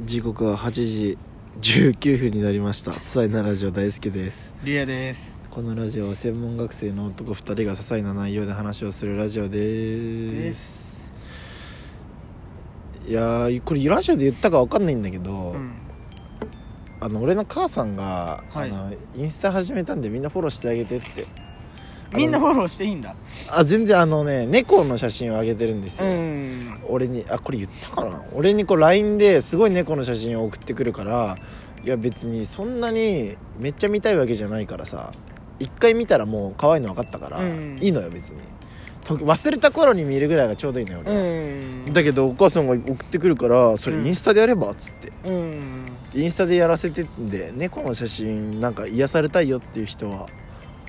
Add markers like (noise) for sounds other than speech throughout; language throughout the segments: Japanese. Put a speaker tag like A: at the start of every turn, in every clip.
A: 時刻は8時19分になりました些細なラジオ大好きです
B: リアです
A: このラジオは専門学生の男2人が些細な内容で話をするラジオです
B: す
A: いやーこれラジオで言ったか分かんないんだけど、
B: うん
A: あの俺の母さんが、
B: はい
A: あのインスタ始めたんでみんなフォローしてあげてってあの
B: みんなフォローしていいんだ
A: あ全然あのね猫の写真をあげてるんです
B: う
A: よ、
B: ん
A: 俺にあこれ言ったかな俺にこう LINE ですごい猫の写真を送ってくるからいや別にそんなにめっちゃ見たいわけじゃないからさ一回見たらもう可愛いの分かったから、
B: うん
A: いいのよ別にと忘れた頃に見るぐらいがちょうどいいのよ
B: う
A: 俺、
B: ん
A: だけどお母さんが送ってくるからそれ
B: うん
A: インスタでやればっつって、
B: うん
A: インスタでやらせてんで猫の写真なんか癒されたいよっていう人は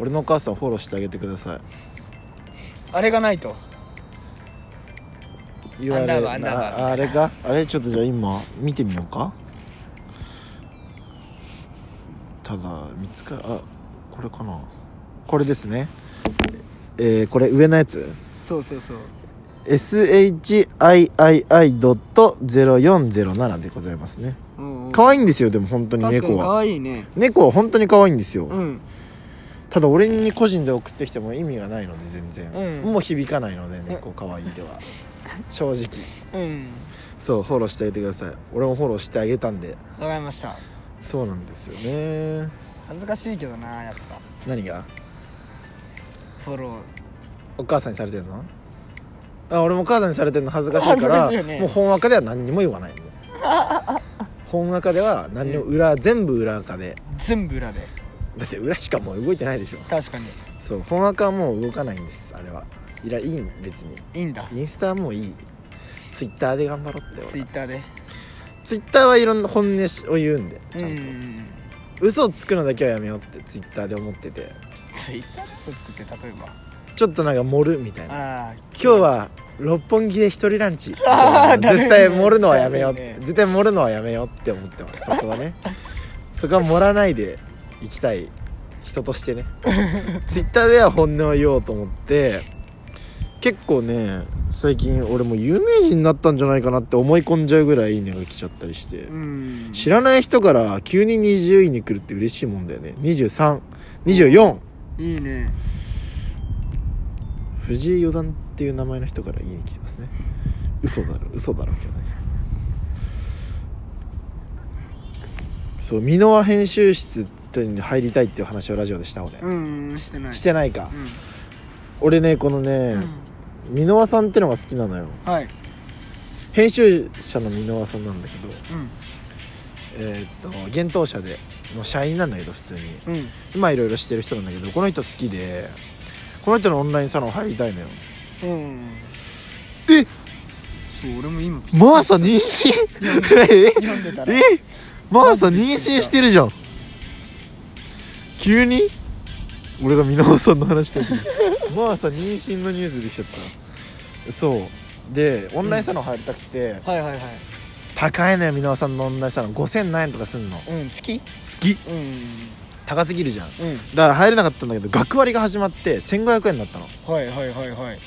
A: 俺のお母さんフォローしてあげてください
B: あれがないと
A: 言われ
B: アンダーバーアンダーバー
A: ああれかあれちょっとじゃあ今見てみようかただ見つからあこれかなこれですねえー、これ上のやつ
B: そうそうそう
A: SHIII.0407 でございますね可愛
B: い
A: いんですよでも本当に
B: 確か
A: 猫
B: に可
A: は
B: 愛いね
A: 猫は本当に可愛いんですよ、
B: うん
A: ただ俺に個人で送ってきても意味がないので全然、
B: うん
A: もう響かないので猫可愛いで
B: (laughs)
A: は正直
B: うん
A: そうフォローしてあげてください俺もフォローしてあげたんで
B: わかりました
A: そうなんですよね
B: 恥ずかしいけどなやっぱ
A: 何が
B: フォロー
A: お母さんにされてるのあ俺もお母さんにされてるの恥ずかしいから
B: 恥ずかしいよね
A: もう本赤では何にも言わないの本赤では何にも裏、全部裏赤で
B: 全部裏で
A: だって裏しかもう動いてないでしょ
B: 確かに
A: そう本赤はもう動かないんですあれはいらいいん別に
B: いいんだ
A: インスタはもういいツイッターで頑張ろうって
B: ツイ
A: 俺
B: ッターで
A: ツイッターはいろんな本音を言うんで
B: う
A: ちゃんと、
B: ん
A: 嘘をつくのだけはやめようってツイッターで思ってて
B: ツイッターで嘘作って例えば
A: ちょっとなんか盛るみたいな
B: ああ
A: 今日は六本木で一人ランチ絶 (laughs)
B: あーだるいね
A: 対盛るのはやめよう、
B: だるいね
A: 絶対盛るのはやめようって思ってますそこは
B: (laughs)
A: ねそこは盛らないでいきたい人と
B: (laughs)
A: してねツイッターでは本音を言おうと思って結構ね最近俺もう有名人になったんじゃないかなって思い込んじゃうぐらいいいねが来ちゃったりして、
B: うん
A: 知らない人から急に20位に来るって嬉しいもんだよね2324
B: いいね
A: 藤井四段っていう名前の人から家に来てますね嘘だろ嘘だろけどねそう箕輪編集室に入りたいっていう話をラジオでした俺、
B: うんしてない
A: してないか、
B: う
A: 俺ねこのね
B: ん
A: 箕輪さんってのが好きなのよ
B: うんはい
A: 編集者の箕輪さんなんだけど
B: うん
A: えーっと厳冬社での社員なんだけど普通に
B: うん
A: 今いろいろしてる人なんだけどこの人好きでこの人のオンラインサロン入りたいのよ
B: うん
A: え
B: そう俺も今ピ
A: マーサ妊娠え
B: 読んでたら
A: えマーサ妊娠してるじゃん急に俺が箕輪さんの話してる
B: (laughs)
A: マーサ妊娠のニュースできちゃったそうでオンラインサロン入りたくて、
B: はいはいはい
A: 高いのよ箕輪さんのオンラインサロン5000何円とかすんの
B: うん月
A: 月
B: うん
A: 高すぎるじゃんだ
B: うん
A: から入れなかったんだけど学割が始まって1500円になったの
B: はいはいはいはい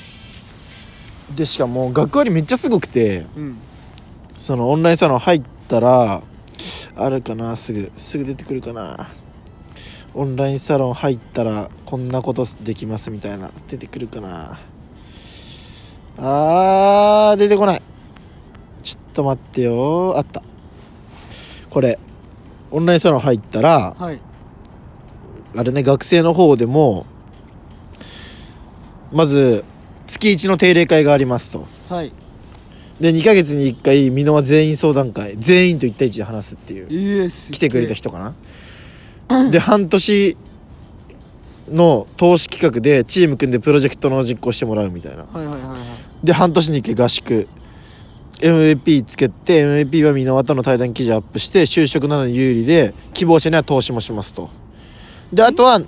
A: でしかも学割めっちゃすごくて
B: うん
A: そのオンラインサロン入ったらあるかなすぐすぐ出てくるかなオンラインサロン入ったらこんなことできますみたいな出てくるかなあー出てこないちょっと待ってよあったこれオンラインサロン入ったら
B: はい
A: あれね学生の方でもまず月1の定例会がありますと
B: はい
A: で2ヶ月に1回箕輪全員相談会全員と1対1で話すっていう
B: ええす
A: 来てくれた人かなで半年の投資企画でチーム組んでプロジェクトの実行してもらうみたいな
B: はいはいはいはい
A: で半年に1回合宿 MVP つけて MVP は箕輪との対談記事アップして就職などに有利で希望者には投資もしますとであとは
B: や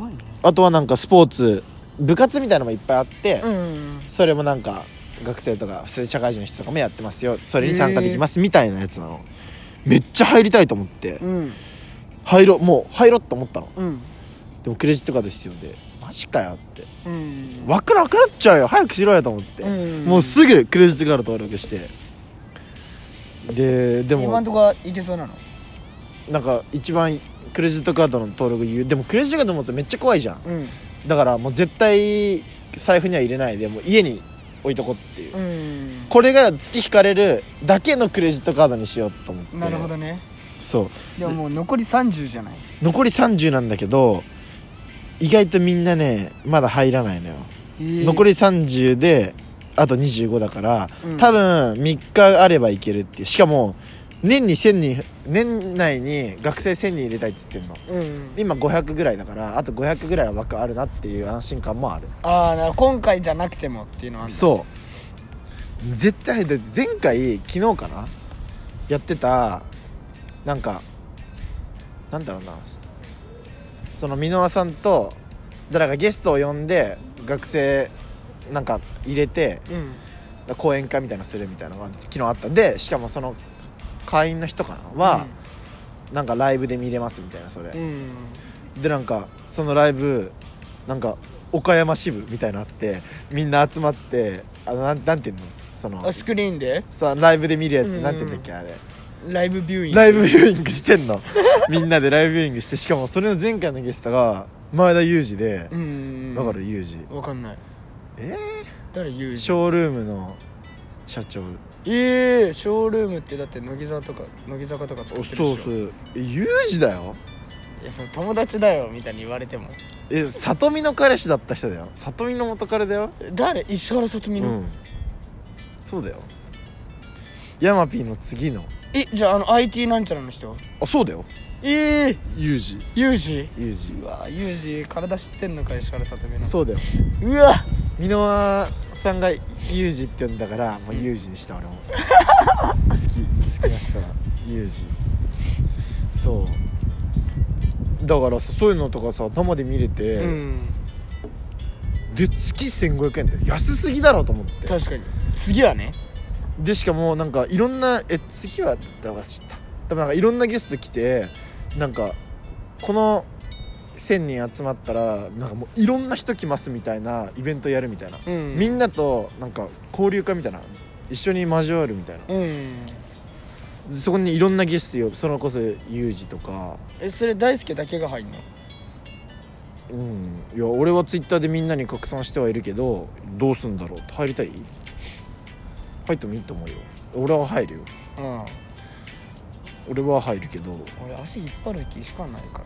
B: ばいね
A: あとはなんかスポーツ部活みたいのもいっぱいあって、
B: うん
A: それもなんか学生とか普通に社会人の人とかもやってますよそれに参加できますみたいなやつなのめっちゃ入りたいと思って
B: うん
A: 入ろうもう入ろうと思ったの
B: うん
A: でもクレジットカード必要でマジかよって
B: うん
A: 枠なくなっちゃうよ早くしろよと思って
B: うん
A: もうすぐクレジットカード登録してでで
B: 今ん
A: も
B: とこはいけそうなの
A: なんか一番クレジットカードの登録言うでもクレジットカード持つとめっちゃ怖いじゃん
B: うん
A: だからもう絶対財布には入れないでもう家に置いとこうっていう、
B: うん
A: これが月引かれるだけのクレジットカードにしようと思って
B: なるほどね
A: そう
B: でももう残り30じゃない
A: 残り30なんだけど意外とみんなねまだ入らないのよ、残
B: り
A: り30であと25だから、
B: うん
A: 多分3日あればいけるっていうしかも年に1000人年内に学生1000人入れたいっつってんの
B: うん
A: 今500ぐらいだからあと500ぐらいは枠あるなっていう安心感もある
B: ああなるほど今回じゃなくてもっていうのはあんだ
A: そう絶対だって前回昨日かなやってたなんかなんだろうなその箕輪さんと誰かゲストを呼んで学生なんか入れて
B: うん
A: 講演会みたいなのするみたいなのが昨日あったんでしかもその会員の人かなは、なんかライブで見れますみたいなそれ、
B: うんうん
A: でなんかそのライブなんか岡山支部みたいなのあってみんな集まってあのなんなんていうのその
B: あスクリーンで
A: さライブで見るやつ、
B: うん
A: なんていうんだっけあれ
B: ライブビューイング
A: ライブビューイングして
B: (laughs)
A: んのみんなでライブビューイングしてしかもそれの前回のゲストが前田裕二で
B: う、ん
A: だから裕二
B: わかんない
A: え
B: 誰言う
A: ショールームの社長
B: ええショールームってだって乃木坂とか乃木坂とか作ってるでしょ
A: うえ裕二だよ
B: いやその友達だよみたいに言われても
A: え里見の彼氏だった人だよ里見の元彼だよ
B: 誰石原さとみの、
A: うんそうだよヤマピーの次の
B: えじゃああの IT なんちゃらの人
A: あそうだよ
B: ええ
A: ユージ
B: ユージ
A: ユージ
B: うわユージ体知ってんのか石原さとみの
A: そうだよ
B: うわ
A: 箕輪さんがユージって呼んだからもうユージにした (laughs) 俺も好き好きな人はユージそうだからさそういうのとかさ生で見れて、
B: うん
A: で月1500円だよ安すぎだろと思って
B: 確かに次はね
A: でしかもなんかいろんなえ次はだわ知った多分なんかいろんなゲスト来てなんかこの1000人集まったらなんかもういろんな人来ますみたいなイベントやるみたいな、
B: うん
A: みんなとなんか交流会みたいな一緒に交わるみたいな
B: うん
A: そこにいろんなゲストよそれこそユージとか
B: えそれ大輔だけが入んの
A: うんいや俺はツイッターでみんなに拡散してはいるけどどうすんだろう入りたい入ってもいいと思うよ俺は入るよ
B: うん
A: 俺は入るけど
B: 俺足引っ張る気しかないか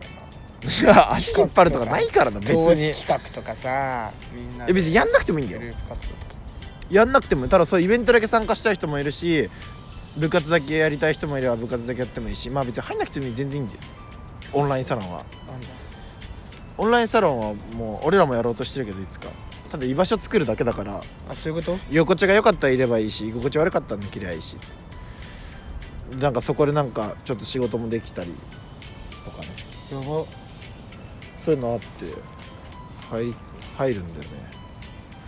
B: らない
A: や (laughs) 足引っ張るとかないからな別
B: 投資
A: に
B: 企画とかさみんな
A: え別にやんなくてもいいんだ
B: グル
A: よ
B: ープ活動とか
A: やんなくてもただそういうイベントだけ参加したい人もいるし部活だけやりたい人もいれば部活だけやってもいいしまあ別に入んなくても全然いいんだよオンラインサロンは
B: なんだ
A: オンラインサロンはもう俺らもやろうとしてるけどいつかただ居場所作るだけだから
B: あそういうこと
A: 居心地が良かったらいればいいし居心地悪かったら抜けりゃいいしなんかそこでなんかちょっと仕事もできたりとかね
B: やば
A: そういうのあって入り入るんだよね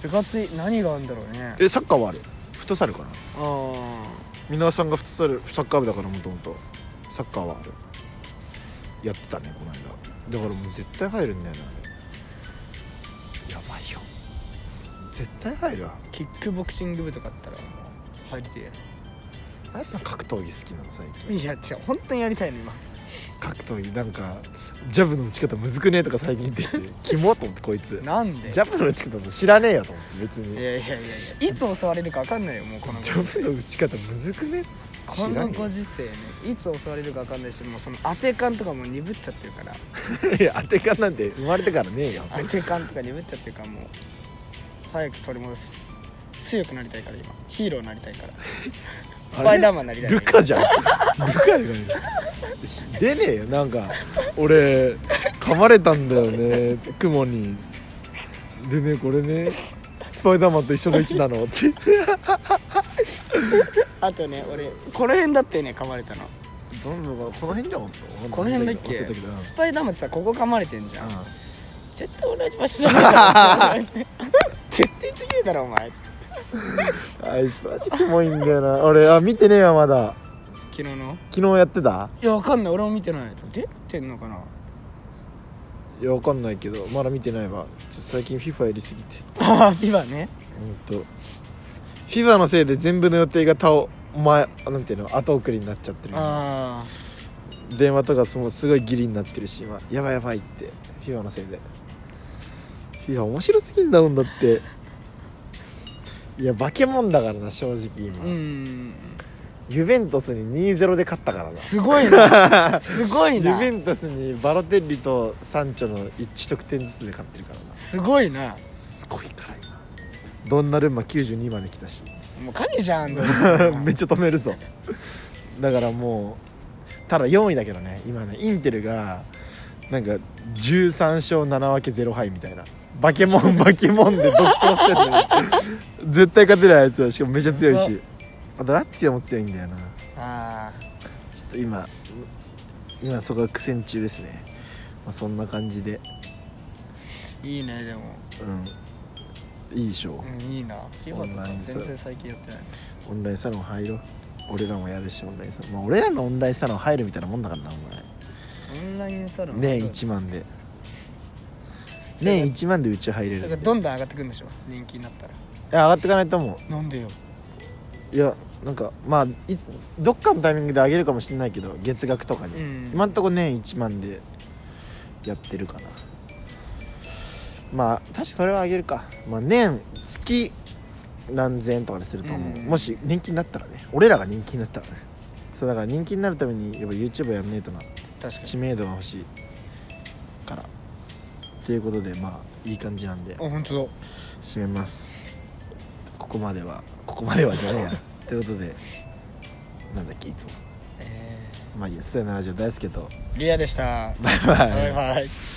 B: 部活何があるんだろうね
A: えサッカーはあるフットサルかな
B: あ
A: 皆さんがフットサルサッカー部だからもともとサッカーはあるやってたねこの間だからもう絶対入るんだよねあれやばいよ絶対入るわ
B: あキックボクシング部とかあったら入りてえ
A: 何さん格闘技好きなの最近
B: ないや違う本当にやりたいの今
A: 格闘技なんかジャブの打ち方むずくねえとか最近言ってきてキモと思ってこいつ
B: なんで
A: ジャブの打ち方知らねえよと思って別
B: い
A: に
B: やいやいやいやいつ襲われるか分かんないよもうこの
A: ジャブの打ち方むずくね
B: こ
A: 知ら
B: の
A: ね
B: ご時世ねいつ襲われるか分かんないしもうその当て感とかもう鈍っちゃってる (laughs) から
A: え (laughs) いや当て感なんて生まれてからねえよ
B: 当て感とか鈍っちゃってるからもう早く取り戻す強くなりたいから今ヒーローになりたい (laughs) からスパイダーマンになりたい
A: ルカじゃんルカじゃん出ねえよなんか俺噛まれたんだよねクモにでねこれねスパイダーマンと一緒の位置なのって
B: あとね俺この辺だってね噛まれたの
A: どんどんこの辺じゃん
B: この辺だっけ
A: 忘れたけどうん
B: スパイダーマンってさここ噛まれてんじゃん、
A: あ
B: 絶対同じ場所じゃないから (laughs) 絶対ちげえだろお前
A: あいつマジキモいんだよな俺あ見てねえわまだ
B: 昨日の
A: 昨日やってた
B: いやわかんない俺も見てない出てんのかない
A: やわかんないけどまだ見てないわちょっと最近 FIFA やりすぎて
B: (laughs) ああ今ね
A: うんと FIFA のせいで全部の予定が倒前なんていうの後送りになっちゃってる
B: あ
A: 電話とかもうすごいギリになってるし今やばいやばいってフィバのせいでフィバ面白すぎんだもんだっていや化け物だからな正直今、
B: あうん
A: ユベントスに2-0で勝ったからな
B: すごいなすごい
A: ユ
B: な
A: ベントスにバロテッリとサンチョの1得点ずつで勝ってるからな
B: すごいな
A: すごいから今ドンナルンマ92まで来たし
B: もう神じゃん (laughs)
A: (laughs) めっちゃ止めるぞだからもうただ4位だけどね今ねインテルがなんか13勝7分け0敗みたいなバケモンバケモンで独走してるね絶対勝てないやつだしかもめちゃ強い
B: や
A: しあとラッツィアも強いんだよな
B: あ
A: ちょっと今今そこが苦戦中ですね、まあ、そんな感じで
B: ーいいねでも、
A: うんいいでしょ
B: うん、いいな FIFA とか全然最近やってない
A: オンラインサロン入ろう俺らもやるしオンラインサロン、まあ、俺らのオンラインサロン入るみたいなもんだからなお
B: オンラインサロン
A: 前年1万で年1万でうち入れ
B: そ
A: る
B: れ
A: んで
B: がどんどん上がってくんでしょ人気になったら
A: いや上がっていかないと思
B: なんでよ
A: ういやなんかまあいどっかのタイミングで上げるかもしれないけど月額とかに、
B: うん
A: 今んとこ年1万でやってるかなまあ確かそれは上げるか、まあ、年月何千円とかにすると思う、
B: うん
A: もし人気になったらね俺らが人気になったらねそうだから人気になるためにやっぱ YouTube やんねえとな
B: 確かに
A: 知名度が欲しいからっていうことでまあいい感じなんで
B: あ本当だ
A: 締めますここまではここまではじゃねえやということでなんだっけいつも
B: え
A: まあいいや「スタイナラジオ」大好きと
B: ー、リアでした
A: バイバイ
B: バイバイ